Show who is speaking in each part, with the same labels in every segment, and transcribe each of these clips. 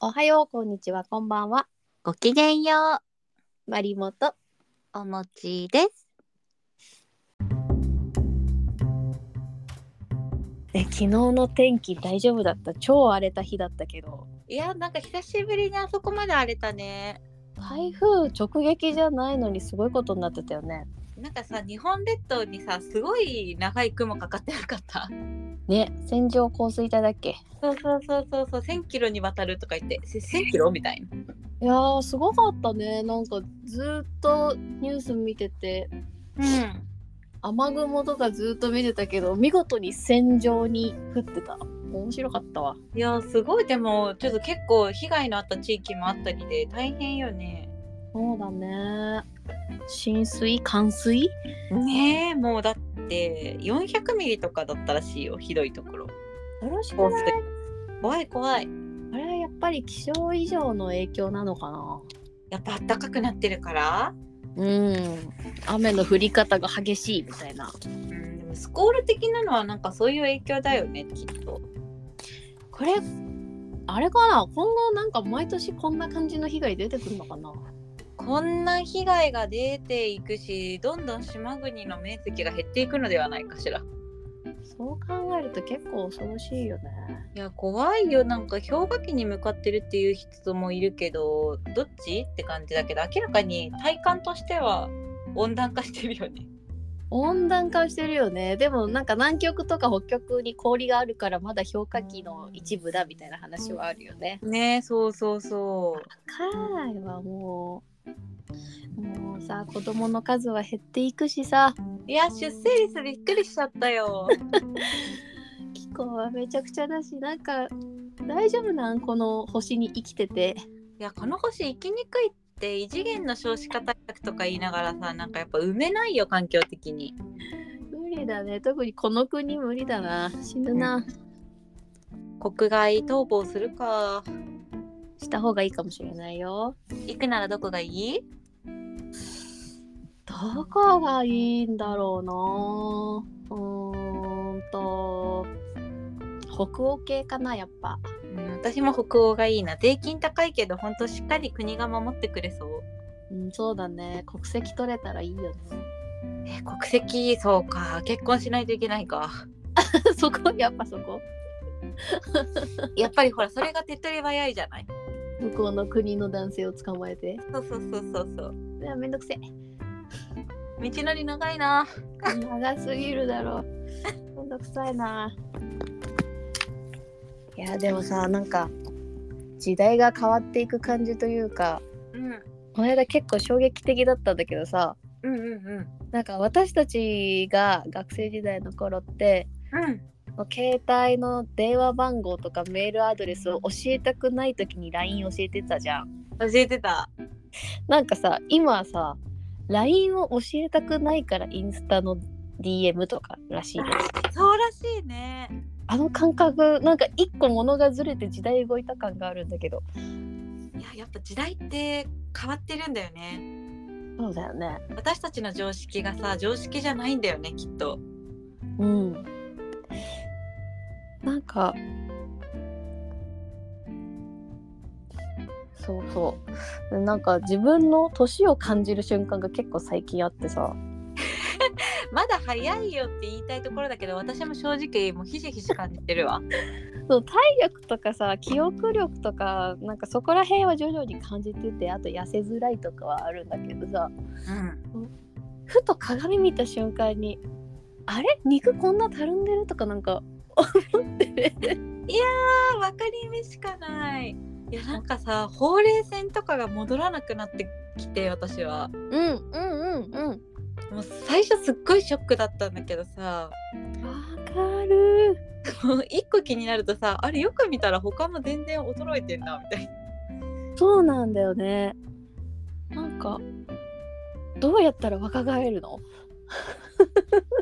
Speaker 1: おはよう、こんにちは、こんばんは。
Speaker 2: ごきげんよ
Speaker 1: マリモと。
Speaker 2: う、おもちです。
Speaker 1: え、昨日の天気大丈夫だった。超荒れた日だったけど。
Speaker 2: いや、なんか久しぶりにあそこまで荒れたね。
Speaker 1: 台風直撃じゃないのにすごいことになってたよね。
Speaker 2: なんかさ、日本列島にさ、すごい長い雲かかってなかった。
Speaker 1: ね、線状降水帯だっけ。
Speaker 2: そうそうそうそうそう、千キロにわたるとか言って、せ千キロみたいな。
Speaker 1: いやー、すごかったね。なんかずーっとニュース見てて、
Speaker 2: うん。
Speaker 1: 雨雲とかずーっと見てたけど、見事に線状に降ってた。面白かったわ。
Speaker 2: いや、すごい、でも、ちょっと結構被害のあった地域もあったりで、大変よね。
Speaker 1: そうだね。浸水、冠水。
Speaker 2: ねえ、もうだって、400ミリとかだったらしいよ、ひどいところ。
Speaker 1: よろし
Speaker 2: 降水怖い怖い。
Speaker 1: あれはやっぱり気象以上の影響なのかな。
Speaker 2: やっぱ暖かくなってるから。
Speaker 1: うん、雨の降り方が激しいみたいな
Speaker 2: うん、でもスコール的なのはなんかそういう影響だよねきっと。
Speaker 1: これあれかな今後なんか毎年こんな感じの被害出てくるのかな
Speaker 2: こんな被害が出ていくしどんどん島国の面積が減っていくのではないかしら。い
Speaker 1: そう考えると結構恐ろしいよね
Speaker 2: や怖いよなんか氷河期に向かってるっていう人もいるけどどっちって感じだけど明らかに体感としては温暖化してるよね。
Speaker 1: 温暖化してるよねでもなんか南極とか北極に氷があるからまだ氷河期の一部だみたいな話はあるよね
Speaker 2: ねそうそうそう。
Speaker 1: 高いはもうもうさ子供の数は減っていくしさ
Speaker 2: いや出生率びっくりしちゃったよ。
Speaker 1: 気候はめちゃくちゃだしなんか大丈夫なんこの星に生きてて
Speaker 2: いやこの星生きにくいって異次元の少子化対策とか言いながらさなんかやっぱ埋めないよ環境的に
Speaker 1: 無理だね特にこの国無理だな死ぬな、
Speaker 2: 国外逃亡するか
Speaker 1: した方がいいかもしれないよ
Speaker 2: 行くならどこがいい
Speaker 1: どこがいいんだろうなうーんと北欧系かなやっぱ
Speaker 2: うん私も北欧がいいな税金高いけどほんとしっかり国が守ってくれそう
Speaker 1: うんそうだね国籍取れたらいいよね
Speaker 2: え国籍そうか結婚しないといけないか
Speaker 1: そこやっぱそこ
Speaker 2: やっぱりほらそれが手っ取り早いじゃない
Speaker 1: 向こうの国の男性を捕まえて
Speaker 2: そうそうそうそうそう
Speaker 1: うわめんどくせえ
Speaker 2: 道のり長いな
Speaker 1: 長すぎるだろめんどくさいないやでもさなんか時代が変わっていく感じというか
Speaker 2: うん
Speaker 1: この間結構衝撃的だったんだけどさ
Speaker 2: うんうんうん
Speaker 1: なんか私たちが学生時代の頃って
Speaker 2: うん
Speaker 1: もう携帯の電話番号とかメールアドレスを教えたくない時に LINE 教えてたじゃん。
Speaker 2: 教えてた
Speaker 1: なんかさ今さ LINE を教えたくないからインスタの DM とからしいよ
Speaker 2: そうらしいね
Speaker 1: あの感覚なんか一個物がずれて時代動いた感があるんだけど
Speaker 2: いややっぱ時代って変わってるんだよね
Speaker 1: そうだよね
Speaker 2: 私たちの常識がさ常識じゃないんだよねきっと
Speaker 1: うんなんかそうそうなんか自分の年を感じる瞬間が結構最近あってさ
Speaker 2: まだ早いよって言いたいところだけど私も正直もうひしひし感じてるわ
Speaker 1: そう体力とかさ記憶力とかなんかそこら辺は徐々に感じててあと痩せづらいとかはあるんだけどさ
Speaker 2: うん
Speaker 1: ふと鏡見た瞬間にあれ肉こんなたるんでるとかなんか思ってね
Speaker 2: あ分かり目しかないいやなんかさほうれい線とかが戻らなくなってきて私は
Speaker 1: うんうんうんうん
Speaker 2: もう最初すっごいショックだったんだけど
Speaker 1: わ
Speaker 2: さ
Speaker 1: かる
Speaker 2: もう一個気になるとさあれよく見たら他も全然衰えてんなみたいな
Speaker 1: そうなんだよね。なんかどうやったら若返るの？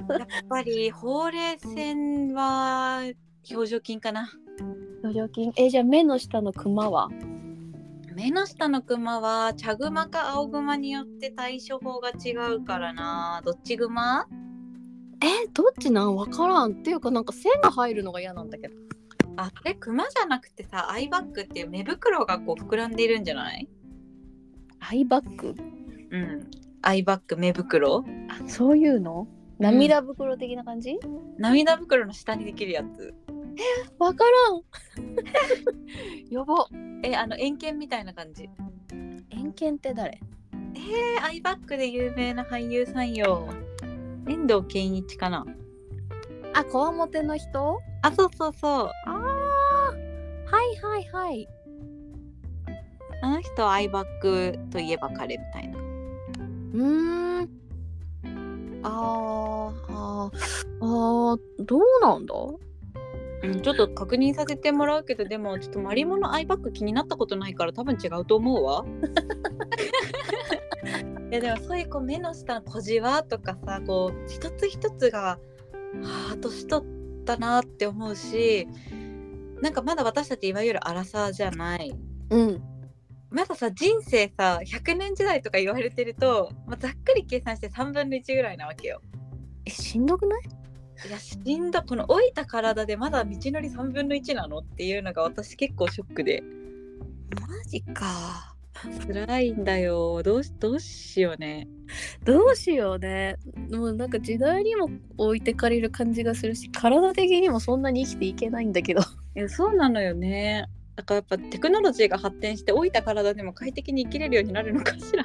Speaker 2: やっぱりほうれい線は表情筋かな
Speaker 1: 表情筋えじゃあ目の下のクマは？
Speaker 2: 目の下のクマは茶グマか青グマによって対処法が違うからなどっちグマ
Speaker 1: えどっちなんわからんっていうかなんか線が入るのが嫌なんだけど。
Speaker 2: あこれ熊じゃなくてさアイバッグっていう目袋がこう膨らんでいるんじゃない
Speaker 1: アイバッグ
Speaker 2: うんアイバッグ目袋
Speaker 1: あそういうの涙袋的な感じ
Speaker 2: 涙袋の下にできるやつ
Speaker 1: わからん やば
Speaker 2: えあの円形みたいな感じ
Speaker 1: 円剣って誰
Speaker 2: えアイバッグで有名な俳優さんよ遠藤健一かな
Speaker 1: あこわもての人
Speaker 2: あそうそうそう
Speaker 1: あーはいはいはい
Speaker 2: あの人アイバッグといえば彼みたいな
Speaker 1: うーんあーあーあーどうなんだ
Speaker 2: うん、ちょっと確認させてもらうけどでもちょっとマリモのアイバッグ気になったことないから多分違うと思う わ。いやでもそういうこう目の下の小じわとかさこう一つ一つがはあ年取ったなって思うしなんかまだ私たちいわゆるアラサーじゃない
Speaker 1: うん
Speaker 2: まださ人生さ100年時代とか言われてると、まあ、ざっくり計算して3分の1ぐらいなわけよ。
Speaker 1: えしんどくない
Speaker 2: いやしんどこの老いた体でまだ道のり3分の1なのっていうのが私結構ショックで
Speaker 1: マジか
Speaker 2: 辛いんだよどうしどうしようね
Speaker 1: どうしようねもうなんか時代にも置いてかれる感じがするし体的にもそんなに生きていけないんだけど
Speaker 2: いやそうなのよねだからやっぱテクノロジーが発展して老いた体でも快適に生きれるようになるのかし ら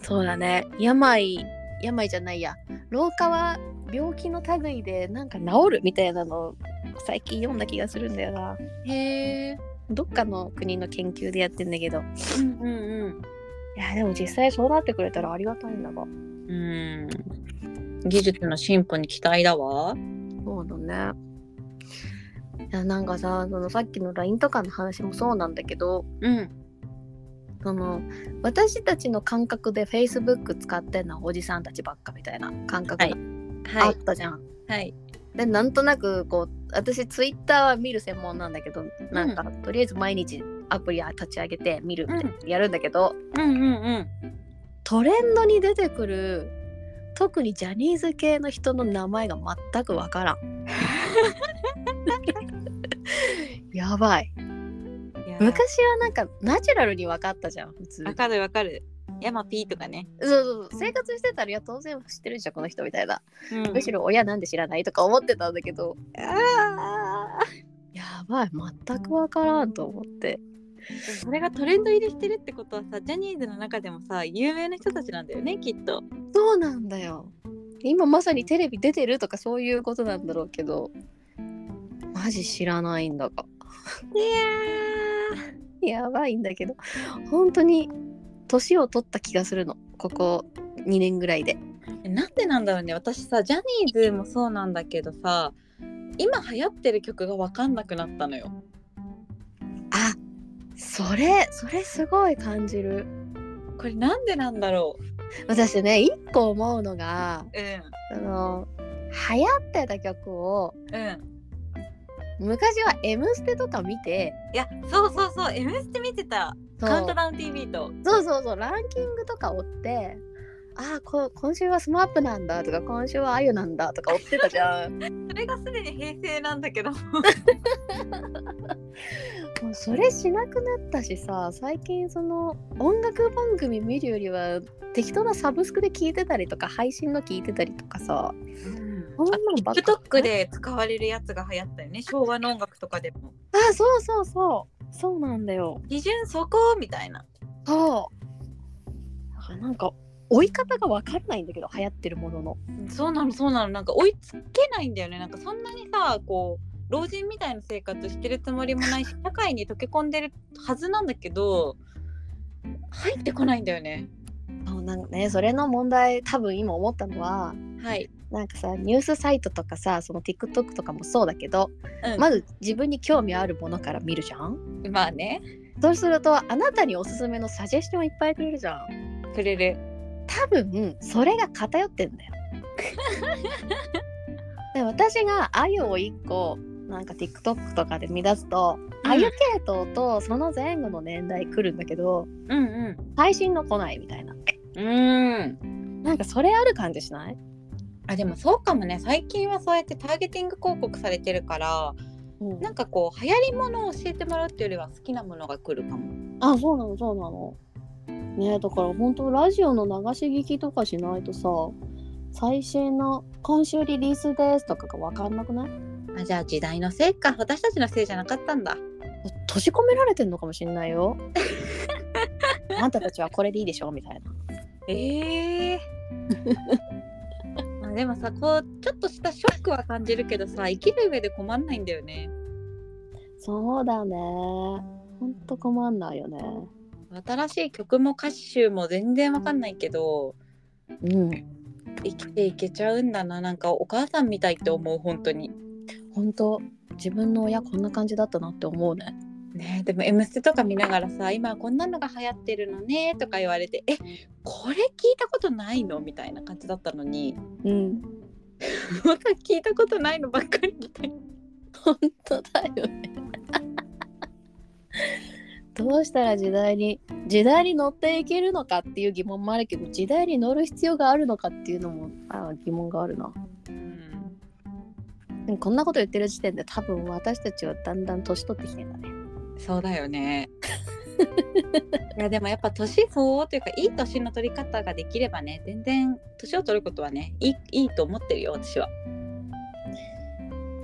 Speaker 1: そうだね病病じゃないや老化は病気の類でなんか治るみたいなのを最近読んだ気がするんだよな
Speaker 2: へえ
Speaker 1: どっかの国の研究でやってんだけど
Speaker 2: うんうん
Speaker 1: いやでも実際そうなってくれたらありがたいんだが
Speaker 2: うんうん技術の進歩に期待だわ
Speaker 1: そうだねいやなんかさそのさっきの LINE とかの話もそうなんだけど
Speaker 2: うん
Speaker 1: その私たちの感覚で Facebook 使ってんのはおじさんたちばっかみたいな感覚があ
Speaker 2: は
Speaker 1: っ
Speaker 2: い
Speaker 1: たじゃん、
Speaker 2: はい
Speaker 1: でなんとなくこう私ツイッターは見る専門なんだけどなんか、とりあえず毎日アプリ立ち上げて見るみたいなやるんだけど、
Speaker 2: うんうんうん
Speaker 1: トレンドに出てくる特にジャニーズ系の人の名前が全くわからん。 やばい
Speaker 2: いやー
Speaker 1: 昔はなんかナチュラルに分かったじゃん普通
Speaker 2: わかるわかるヤマピーとかね、
Speaker 1: そうそうそう生活してたらいや当然知ってるじゃんこの人みたいな、
Speaker 2: うん
Speaker 1: むしろ親なんで知らないとか思ってたんだけど
Speaker 2: あー
Speaker 1: やばい全く分からんと思って
Speaker 2: でもそれがトレンド入りしてるってことはさジャニーズの中でもさ有名な人たちなんだよねきっと
Speaker 1: そうなんだよ。今まさにテレビ出てるとかそういうことなんだろうけど、マジ知らないんだが。
Speaker 2: いや
Speaker 1: やばいんだけど、本当に年を取った気がするの。ここ2年ぐらいで。
Speaker 2: なんでなんだろうね私さジャニーズもそうなんだけどさ今流行ってる曲が分かんなくなったのよ
Speaker 1: あ、それ、それすごい感じる。
Speaker 2: これなんでなんだろう
Speaker 1: 私ね、一個思うのが、
Speaker 2: う
Speaker 1: あの、流行ってた曲を、
Speaker 2: んうん
Speaker 1: 昔は「M ステ」とか見て
Speaker 2: いやそうそうそう「M ステ」見てた「
Speaker 1: そう
Speaker 2: カウントダウン TV と」
Speaker 1: そうそうそうランキングとか追ってああこ今週はスマップなんだとか今週はあゆなんだとか追ってたじゃ ん
Speaker 2: それがすでに平成なんだけど
Speaker 1: もうそれしなくなったしさ最近その音楽番組見るよりは適当なサブスクで聞いてたりとか配信の聞いてたりとかさそんなのば
Speaker 2: あ
Speaker 1: っか
Speaker 2: TikTok で使われるやつが流行ったよね昭和の音楽とかでも
Speaker 1: あーそうそうそうそうなんだよ
Speaker 2: 基準そこみたいな
Speaker 1: そうだからなんか追い方が分かんないんだけど流行ってるものの
Speaker 2: そうなのそうなのなんか追いつけないんだよねなんかそんなにさこう老人みたいな生活してるつもりも ないし社会に溶け込んでるはずなんだけど入ってこないんだよね
Speaker 1: そうなんかねそれの問題多分今思ったのは
Speaker 2: はい、
Speaker 1: なんかさニュースサイトとかさその TikTok とかもそうだけど、
Speaker 2: うん、ま
Speaker 1: まず自分に興味あるものから見るじゃん
Speaker 2: あね
Speaker 1: そうするとあなたにおすすめのサジェスションをいっぱいくれるじゃん
Speaker 2: くれる
Speaker 1: 多分それが偏ってんだ よで私があゆを1個なんか TikTok とかで見出すと
Speaker 2: うん
Speaker 1: あゆ、系統とその前後の年代来るんだけど
Speaker 2: うんう
Speaker 1: 最新の来ないみたいなん
Speaker 2: うん
Speaker 1: なんかそれある感じしない
Speaker 2: あでもそうかもね最近はそうやってターゲティング広告されてるから
Speaker 1: うん
Speaker 2: なんかこう流行りものを教えてもらうっていうよりは好きなものが来るかも
Speaker 1: あそうなのそうなの。ねだから本当ラジオの流し聞きとかしないとさ最新の「今週リリースです」とかが分かんなくない
Speaker 2: あじゃあ時代のせいか私たちのせいじゃなかったんだ
Speaker 1: 閉じ込められてんのかもしんない よ。あんたたちはこれでいいでしょみたいな。
Speaker 2: ええでもさこうちょっとしたショックは感じるけどさ生きる上で困んないんだよね
Speaker 1: そうだね。ほんと困んないよね。
Speaker 2: 新しい曲も歌手も全然わかんないけど
Speaker 1: うん。
Speaker 2: 生きていけちゃうんだななんかお母さんみたいって思う本当に
Speaker 1: ほんと自分の親こんな感じだったなって思うね。
Speaker 2: ねでも「M ステ」とか見ながらさ「今こんなのが流行ってるのね」とか言われて「えこれ聞いたことないの?」みたいな感じだったのに
Speaker 1: うん。
Speaker 2: 「また聞いたことないのばっかり」みたいな。
Speaker 1: 本当だよね。どうしたら時代に時代に乗っていけるのかっていう疑問もあるけど時代に乗る必要があるのかっていうのもあ疑問があるな
Speaker 2: うん
Speaker 1: でもこんなこと言ってる時点で多分私たちはだんだん年取ってきてんだね
Speaker 2: そうだよね。 いやでもやっぱ年相応というかいい年の取り方ができればね全然年を取ることはねいいいいと思ってるよ私は。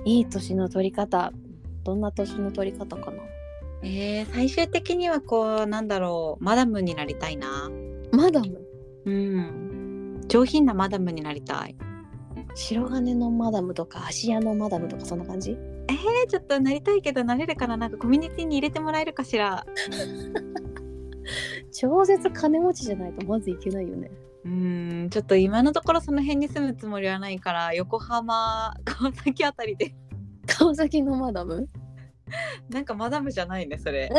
Speaker 1: いい年の取り方どんな年の取り方かな
Speaker 2: えー、最終的にはこうなんだろうマダムになりたいな。
Speaker 1: マダム
Speaker 2: うん。上品なマダムになりたい。
Speaker 1: 白金のマダムとか芦屋のマダムとかそんな感じ
Speaker 2: えーちょっとなりたいけどなれるかななんかコミュニティに入れてもらえるかしら。
Speaker 1: 超絶金持ちじゃないとまずいけないよね
Speaker 2: うーんちょっと今のところその辺に住むつもりはないから横浜川崎あたりで
Speaker 1: 川崎のマダム
Speaker 2: なんかマダムじゃないねそれ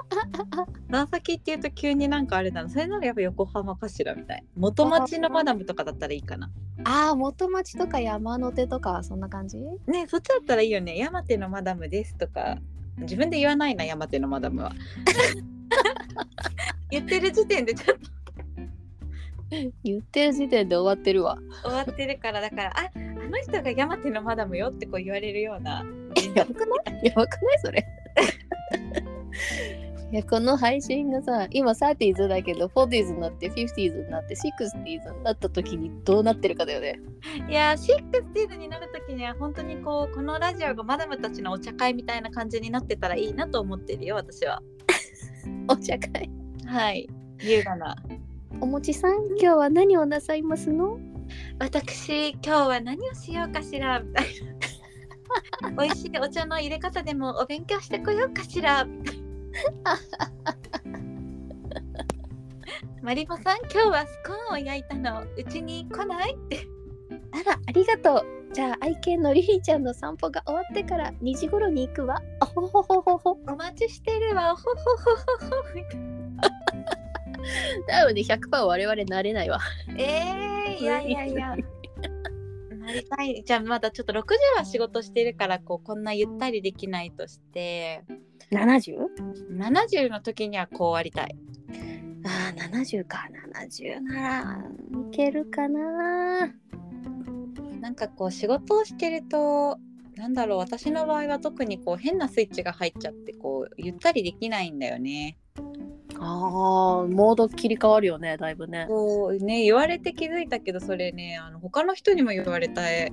Speaker 2: 川崎っていうと急になんかあれだなそれならやっぱ横浜かしらみたいな元町のマダムとかだったらいいかな
Speaker 1: ああ元町とか山手とかそんな感じ
Speaker 2: ねえそっちだったらいいよね山手のマダムですとか自分で言わないな山手のマダムは 言ってる時点でちょっと
Speaker 1: 言ってる時点で終わってるわ。
Speaker 2: 終わってるからだからああの人が山手のマダムよってこう言われるような
Speaker 1: やばくないやばくないそ れ。いやこの配信がさ今 30s だけど 40s になって 50s になって 60s になった時にどうなってるかだよね。
Speaker 2: いやーシックスティーズになる時には本当にこうこのラジオがマダムたちのお茶会みたいな感じになってたらいいなと思ってるよ私は
Speaker 1: お茶会。
Speaker 2: はい優雅な
Speaker 1: おもちさん今日は何をなさいますの
Speaker 2: 私今日は何をしようかしらみ たいな美味しいお茶の入れ方でもお勉強してこようかし らマリモさん今日はスコーンを焼いたのうちに来ない
Speaker 1: あらありがとう。じゃあ愛犬のリリーちゃんの散歩が終わってから2時頃に行くわ。あほほほほほ。
Speaker 2: お待ちしてるわほほほほほみたいな
Speaker 1: 多分ね100%我々なれないわ。
Speaker 2: えー、いやいやいや。なりたい。じゃあまだちょっと60は仕事してるからこうこんなゆったりできないとして
Speaker 1: 70?
Speaker 2: 70の時にはこうありたい。
Speaker 1: ああ70か70ならいけるかな
Speaker 2: なんかこう仕事をしてるとなんだろう私の場合は特にこう変なスイッチが入っちゃってこうゆったりできないんだよね。
Speaker 1: あーモード切り替わるよねだいぶね
Speaker 2: こうね言われて気づいたけどそれねあの他の人にも言われたえ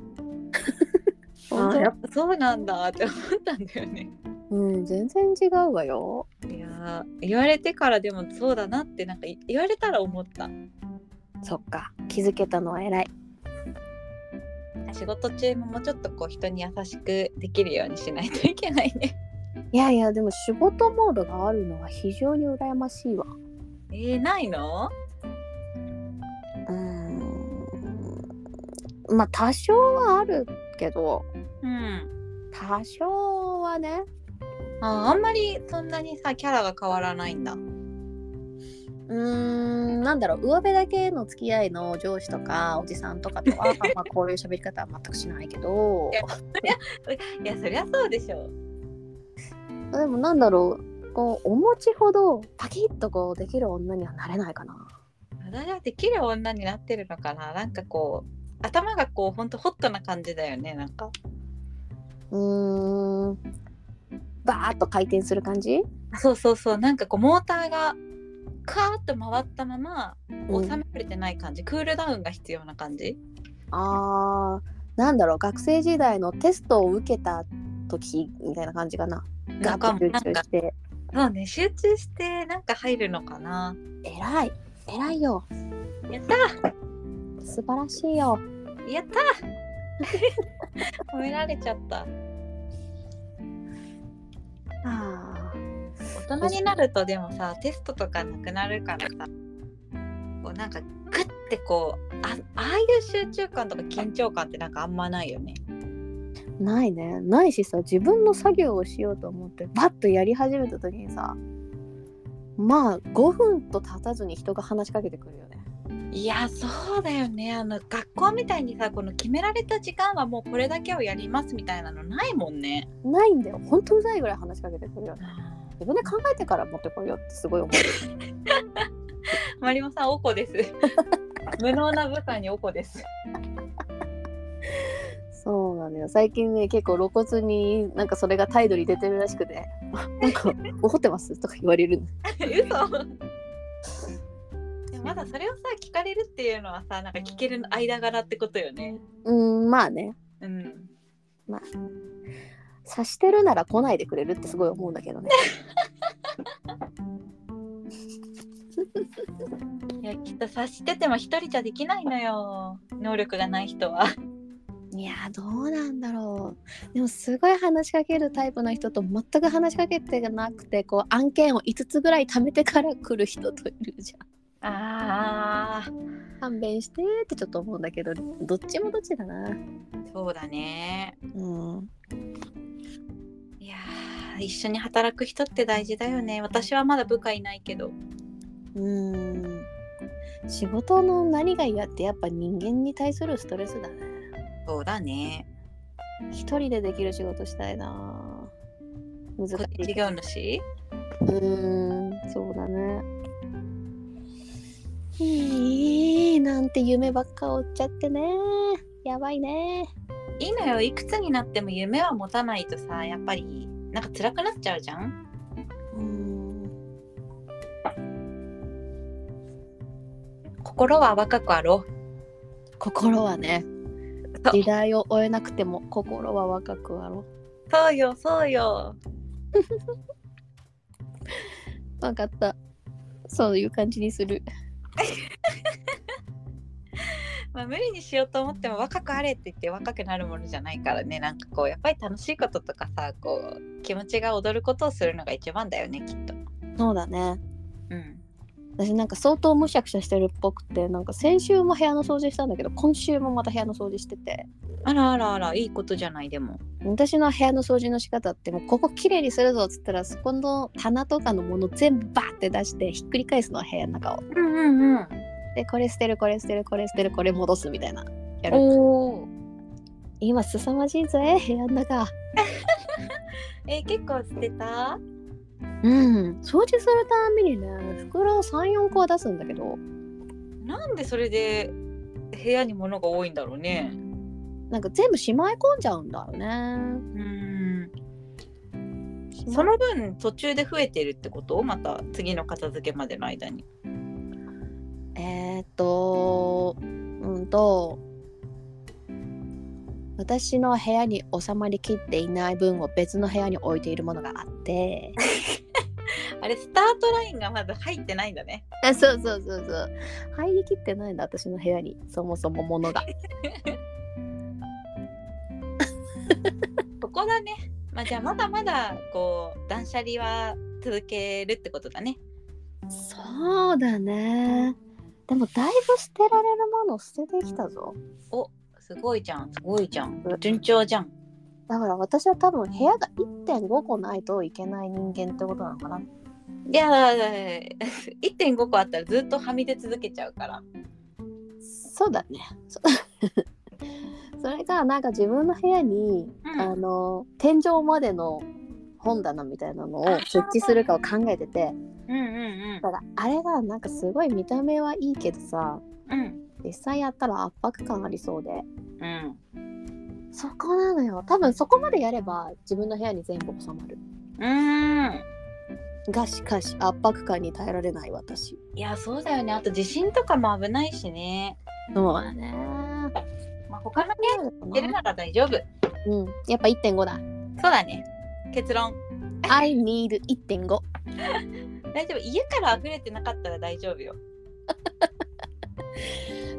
Speaker 1: 本当
Speaker 2: あやっぱそうなんだって思ったんだよね。
Speaker 1: うん全然違うわよ
Speaker 2: いやー言われてからでもそうだなってなんかい言われたら思った
Speaker 1: そっか気づけたのは偉い
Speaker 2: 仕事中ももうちょっとこう人に優しくできるようにしないといけないね
Speaker 1: いやいやでも仕事モードがあるのは非常に羨ましいわ
Speaker 2: えー、ないの
Speaker 1: うーんまあ多少はあるけど
Speaker 2: うん
Speaker 1: 多少はね
Speaker 2: ああんまりそんなにさキャラが変わらないんだ
Speaker 1: うーんなんだろう上辺だけの付き合いの上司とかおじさんとかとはまあまあこういう喋り方は全くしないけど
Speaker 2: いやいやそりゃそうでしょ
Speaker 1: でもなんだろうこうお餅ほどパキッとこうできる女にはなれないかな
Speaker 2: 私はできる女になってるのかななんかこう頭がこうほんとホットな感じだよねなんか
Speaker 1: うーんバーッと回転する感じ、
Speaker 2: そうそうそうなんかこうモーターがカーッと回ったまま
Speaker 1: う
Speaker 2: 収
Speaker 1: ん、
Speaker 2: められてない感じ、クールダウンが必要な感じ
Speaker 1: あーなんだろう学生時代のテストを受けた時みたいな感じかな
Speaker 2: な
Speaker 1: ガ
Speaker 2: んか
Speaker 1: ッ
Speaker 2: も
Speaker 1: と
Speaker 2: うなん
Speaker 1: 集中
Speaker 2: か
Speaker 1: して
Speaker 2: そうね集中してなんか入るのかな
Speaker 1: 偉い偉いよ
Speaker 2: やった
Speaker 1: 素晴らしいよ
Speaker 2: ー やったー褒められちゃった
Speaker 1: あ
Speaker 2: 大人になるとでもさテストとかなくなるからさこうなんかグッてこうあああいう集中感とか緊張感ってなんかあんまないよね
Speaker 1: ーないねないしさ自分の作業をしようと思ってバッとやり始めた時にさまあ5分と経たずに人が話しかけてくるよね
Speaker 2: いやそうだよねあの学校みたいにさこの決められた時間はもうこれだけをやりますみたいなのないもんね。
Speaker 1: ないんだよほんとうざいぐらい話しかけてくるよね自分で考えてから持ってこいよってすごい思う
Speaker 2: マリモさんおこです。 無能な部下におこです。
Speaker 1: そうなのよ最近ね結構露骨になんかそれが態度に出てるらしく て「なんか怒ってます?」とか言われるの
Speaker 2: 嘘。でもまだそれをさ聞かれるっていうのはさなんか聞ける間柄ってことよね。
Speaker 1: うーんまあね
Speaker 2: うん。
Speaker 1: 察してるなら来ないでくれるってすごい思うんだけどね
Speaker 2: いやきっと察してても一人じゃできないのよ能力がない人は。
Speaker 1: いやーどうなんだろうでもすごい話しかけるタイプの人と全く話しかけてなくてこう案件を5つぐらい貯めてから来る人といるじゃ
Speaker 2: ああ
Speaker 1: ん勘弁してーってちょっと思うんだけどどっちもどっちだな
Speaker 2: そうだね。
Speaker 1: うん
Speaker 2: いやー一緒に働く人って大事だよね私はまだ部下いないけど
Speaker 1: うーん仕事の何が嫌ってやっぱ人間に対するストレスだね
Speaker 2: そうだね
Speaker 1: 一人でできる仕事したいな難し
Speaker 2: 個人事
Speaker 1: い
Speaker 2: 業主
Speaker 1: うーんそうだねいいなんて夢ばっか追っちゃってねやばいね
Speaker 2: いいのよいくつになっても夢は持たないとさやっぱりなんか辛くなっちゃうじゃん
Speaker 1: うーん
Speaker 2: 心は若くあろう
Speaker 1: 心はね
Speaker 2: そう
Speaker 1: 時代を追えなくても心は若くあろ
Speaker 2: そうよそうよ
Speaker 1: う分かったそういう感じにする
Speaker 2: まあ無理にしようと思っても若くあれって言って若くなるものじゃないからねなんかこうやっぱり楽しいこととかさこう気持ちが躍ることをするのが一番だよねきっと
Speaker 1: そうだね
Speaker 2: うん
Speaker 1: 私なんか相当むしゃくしゃしてるっぽくてなんか先週も部屋の掃除したんだけど今週もまた部屋の掃除してて
Speaker 2: あらあらあらいいことじゃないでも
Speaker 1: 私の部屋の掃除の仕方ってもうここ綺麗にするぞっつったらそこの棚とかのもの全部バーって出してひっくり返すの部屋の中を
Speaker 2: うんうんうん
Speaker 1: でこれ捨てるこれ捨てるこれ捨てるこれ戻すみたいなやる
Speaker 2: おお
Speaker 1: 今凄まじいぜ部屋の中
Speaker 2: えー結構捨てた
Speaker 1: うん掃除するたんびにね袋を34個は出すんだけど
Speaker 2: なんでそれで部屋に物が多いんだろうね
Speaker 1: なんか全部しまい込んじゃうんだよね
Speaker 2: うん
Speaker 1: しま
Speaker 2: その分途中で増えてるってことまた次の片付けまでの間に
Speaker 1: えーっと、うんと、私の部屋に収まりきっていない分を別の部屋に置いているものがあって、
Speaker 2: あれスタートラインがまだ入ってないんだね
Speaker 1: あ そうそうそうそう、入りきってないんだ、私の部屋に、そもそもものが。
Speaker 2: ここだねまあじゃあまだまだこう断捨離は続けるってことだね
Speaker 1: そうだね。でもだいぶ捨てられるものを捨ててきたぞ。
Speaker 2: すごいじゃんすごいじゃん順調じゃん
Speaker 1: だから私は多分部屋が1.5個ないといけない人間ってことなのかな。
Speaker 2: いや ー1.5個あったらずっとはみ出続けちゃうから
Speaker 1: そうだね。 そそれがなんか自分の部屋に、
Speaker 2: うん
Speaker 1: あの天井までの本棚みたいなのを
Speaker 2: あー
Speaker 1: 設置するかを考えてて
Speaker 2: うんうん
Speaker 1: だからあれがなんかすごい見た目はいいけどさ
Speaker 2: うんうん
Speaker 1: 実際やったら圧迫感ありそうで
Speaker 2: うん
Speaker 1: そこなのよ多分そこまでやれば自分の部屋に全部収まる
Speaker 2: うーん
Speaker 1: がしかし圧迫感に耐えられない私
Speaker 2: いやそうだよねあと地震とかも危ないしね、
Speaker 1: そうだね
Speaker 2: まあ、他の部屋に出るなら大丈夫そう
Speaker 1: うんやっぱ1.5だ
Speaker 2: だね結論
Speaker 1: I need 1.5
Speaker 2: 大丈夫家から溢れてなかったら大丈夫よ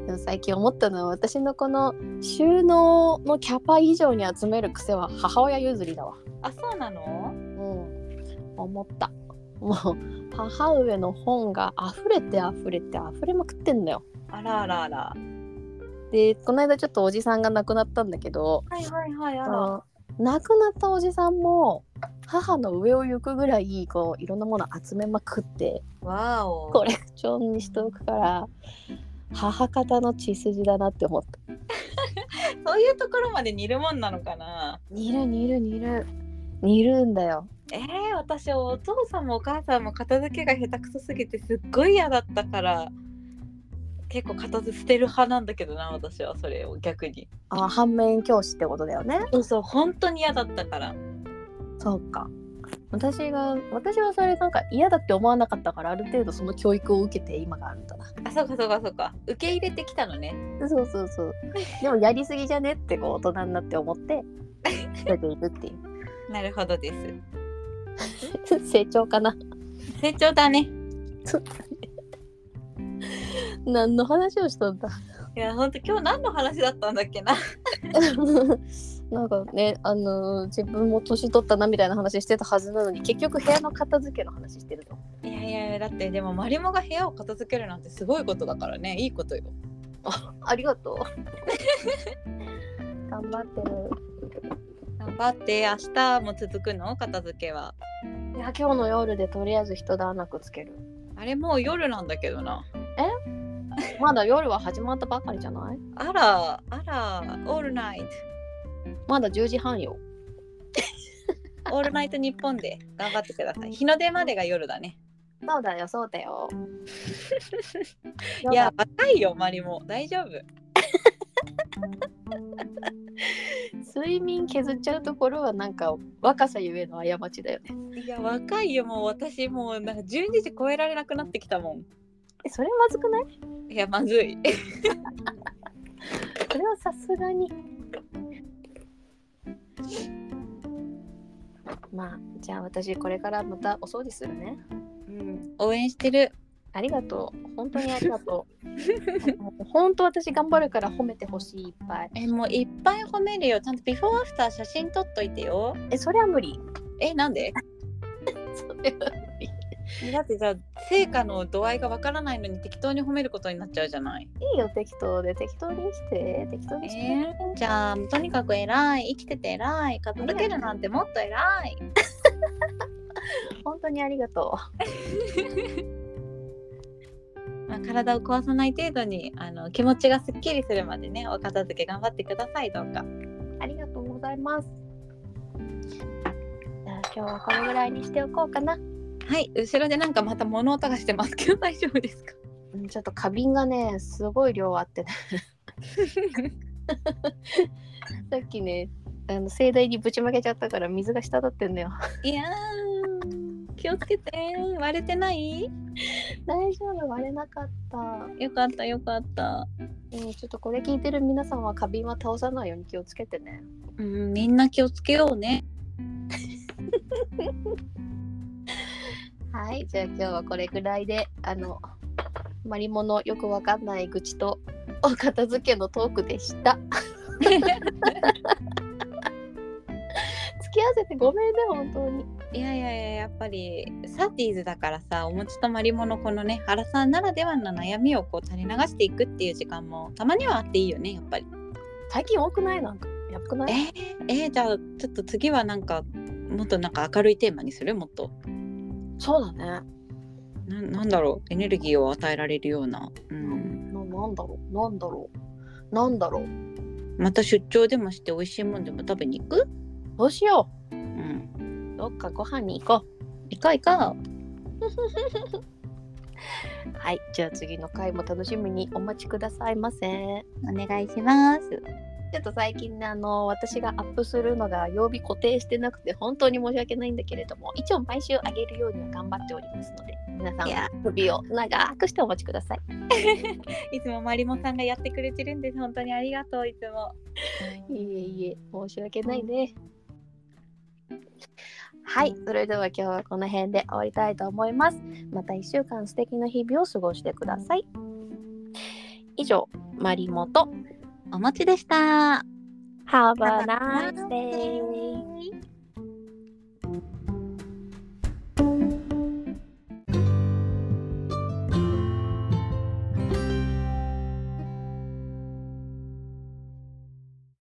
Speaker 1: でも最近思ったのは私のこの収納のキャパ以上に集める癖は母親譲りだわ
Speaker 2: あそうなの
Speaker 1: うん思ったもう母上の本が溢れて溢れて溢れまくってんだよ
Speaker 2: あらあらあら
Speaker 1: でこの間ちょっとおじさんが亡くなったんだけど
Speaker 2: はいはいはいあ
Speaker 1: あ
Speaker 2: ら
Speaker 1: の亡くなったおじさんも母の上を行くぐらいこういろんなもの集めまくって
Speaker 2: わお
Speaker 1: コレクションにしておくから母方の血筋だなって思った
Speaker 2: そういうところまで似るもんなのかな
Speaker 1: 煮る煮る煮る煮るんだよ
Speaker 2: えー、私お父さんもお母さんも片付けが下手くそすぎてすっごい嫌だったから結構片付捨てる派なんだけどな私はそれを逆に
Speaker 1: あ反面教師ってことだよね
Speaker 2: そうそう本当に嫌だったから
Speaker 1: そうか私が私はそれなんか嫌だって思わなかったからある程度その教育を受けて今があるんだな
Speaker 2: あそうかそうかそうか受け入れてきたのね
Speaker 1: そうそうそう でもやりすぎじゃねってこう大人になって思って捨てていくってい
Speaker 2: なるほどです
Speaker 1: う成長かな
Speaker 2: 成長だね
Speaker 1: 何の話をしたん だ
Speaker 2: いや本当今日何の話だったんだっけな
Speaker 1: なんかねあのー自分も年取ったなみたいな話してたはずなのに結局部屋の片付けの話してるの
Speaker 2: いやいやいやだってでもマリモが部屋を片付けるなんてすごいことだからねいいことよ
Speaker 1: ありが とう頑張ってる
Speaker 2: 頑張って明日も続くの片付けはい
Speaker 1: や今日の夜でとりあえず人だなくつける
Speaker 2: あれもう夜なんだけどな
Speaker 1: まだ夜は始まったばかりじゃない
Speaker 2: あらあらオールナイト
Speaker 1: まだ10時半よ
Speaker 2: オールナイト日本で頑張ってください日の出までが夜だね
Speaker 1: そうだよそうだよ
Speaker 2: い
Speaker 1: い
Speaker 2: や
Speaker 1: や
Speaker 2: 若いよマリモ大丈夫
Speaker 1: 睡眠削っちゃうところはなんか若さゆえの過ちだよね
Speaker 2: いや若いよもう私もうなんか12時超えられなくなってきたも
Speaker 1: えそれまずくない
Speaker 2: んいやまずい
Speaker 1: それはさすがにまあじゃあ私これからまたお掃除するね
Speaker 2: うん応援してる
Speaker 1: ありがとう本当にありがと う本当私頑張るから褒めてほしいいっぱい
Speaker 2: えもういっぱい褒めるよちゃんとビフォーアフター写真撮っといてよ
Speaker 1: えそれは無理
Speaker 2: えなん で
Speaker 1: それは無理
Speaker 2: だってじゃあ成果の度合いがわからないのに適当に褒めることになっちゃうじゃない
Speaker 1: いいよ適当で適当に生きて適当にして、
Speaker 2: えー、じゃあとにかく偉い生きてて偉い片付けるなんてもっと偉い
Speaker 1: 本当にありがと
Speaker 2: まあ、体を壊さない程度にあの気持ちがすっきりするまでねお片付け頑張ってくださいどうか
Speaker 1: うありがとうございますじゃあ今日はこのぐらいにしておこうかな、
Speaker 2: はい後ろでなんかまた物音がしてますけど大丈夫ですか
Speaker 1: うん、ちょっと花瓶がねすごい量あってねさっきねあの盛大にぶちまけちゃったから水が滴ってんだよ
Speaker 2: いやー気をつけて割れてない
Speaker 1: 大丈夫割れなかった、うん、
Speaker 2: よかったよかった
Speaker 1: ちょっとこれ聞いてる皆さんは花瓶は倒さないように気をつけてね
Speaker 2: うんみんな気をつけようね
Speaker 1: はいじゃあ今日はこれぐらいであのマリモのよくわかんない愚痴とお片付けのトークでした。 付き合わせてごめんね本当に。
Speaker 2: いやいやいややっぱりサーティーズだからさお餅とまりものこのね原さんならではの悩みをこう垂れ流していくっていう時間もたまにはあっていいよねやっぱり。
Speaker 1: 最近多くないなんかやばくない？
Speaker 2: えー、えーじゃあちょっと次はなんかもっとなんか明るいテーマにするもっと
Speaker 1: そうだね。
Speaker 2: ななんだろうエネルギーを与えられるような、うん、
Speaker 1: ななんだろうなんだろうなんだろう。
Speaker 2: また出張でもして美味しいもんでも食べに行く、
Speaker 1: どうしよ
Speaker 2: うん、
Speaker 1: う。どっかご飯に行こ
Speaker 2: 行こう行
Speaker 1: う。
Speaker 2: こ
Speaker 1: はいじゃあ次の回も楽しみにお待ちくださいませ。
Speaker 2: うお願いします
Speaker 1: ちょっと最近ねあの私がアップするのが曜日固定してなくて本当に申し訳ないんだけれども一応毎週あげるようには頑張っておりますので皆さ
Speaker 2: いや
Speaker 1: ん首を長くしてお待ちください。
Speaker 2: いつもまりもさんがやってくれてるんです本当にありがとういつも
Speaker 1: いえいえ申し訳ないね。はいそれでは今日はこの辺で終わりたいと思います。また1週間素敵な日々を過ごしてください。以上マリモと
Speaker 2: お餅でした
Speaker 1: Have a
Speaker 2: Have a
Speaker 1: nice
Speaker 2: nice
Speaker 1: day!
Speaker 2: day.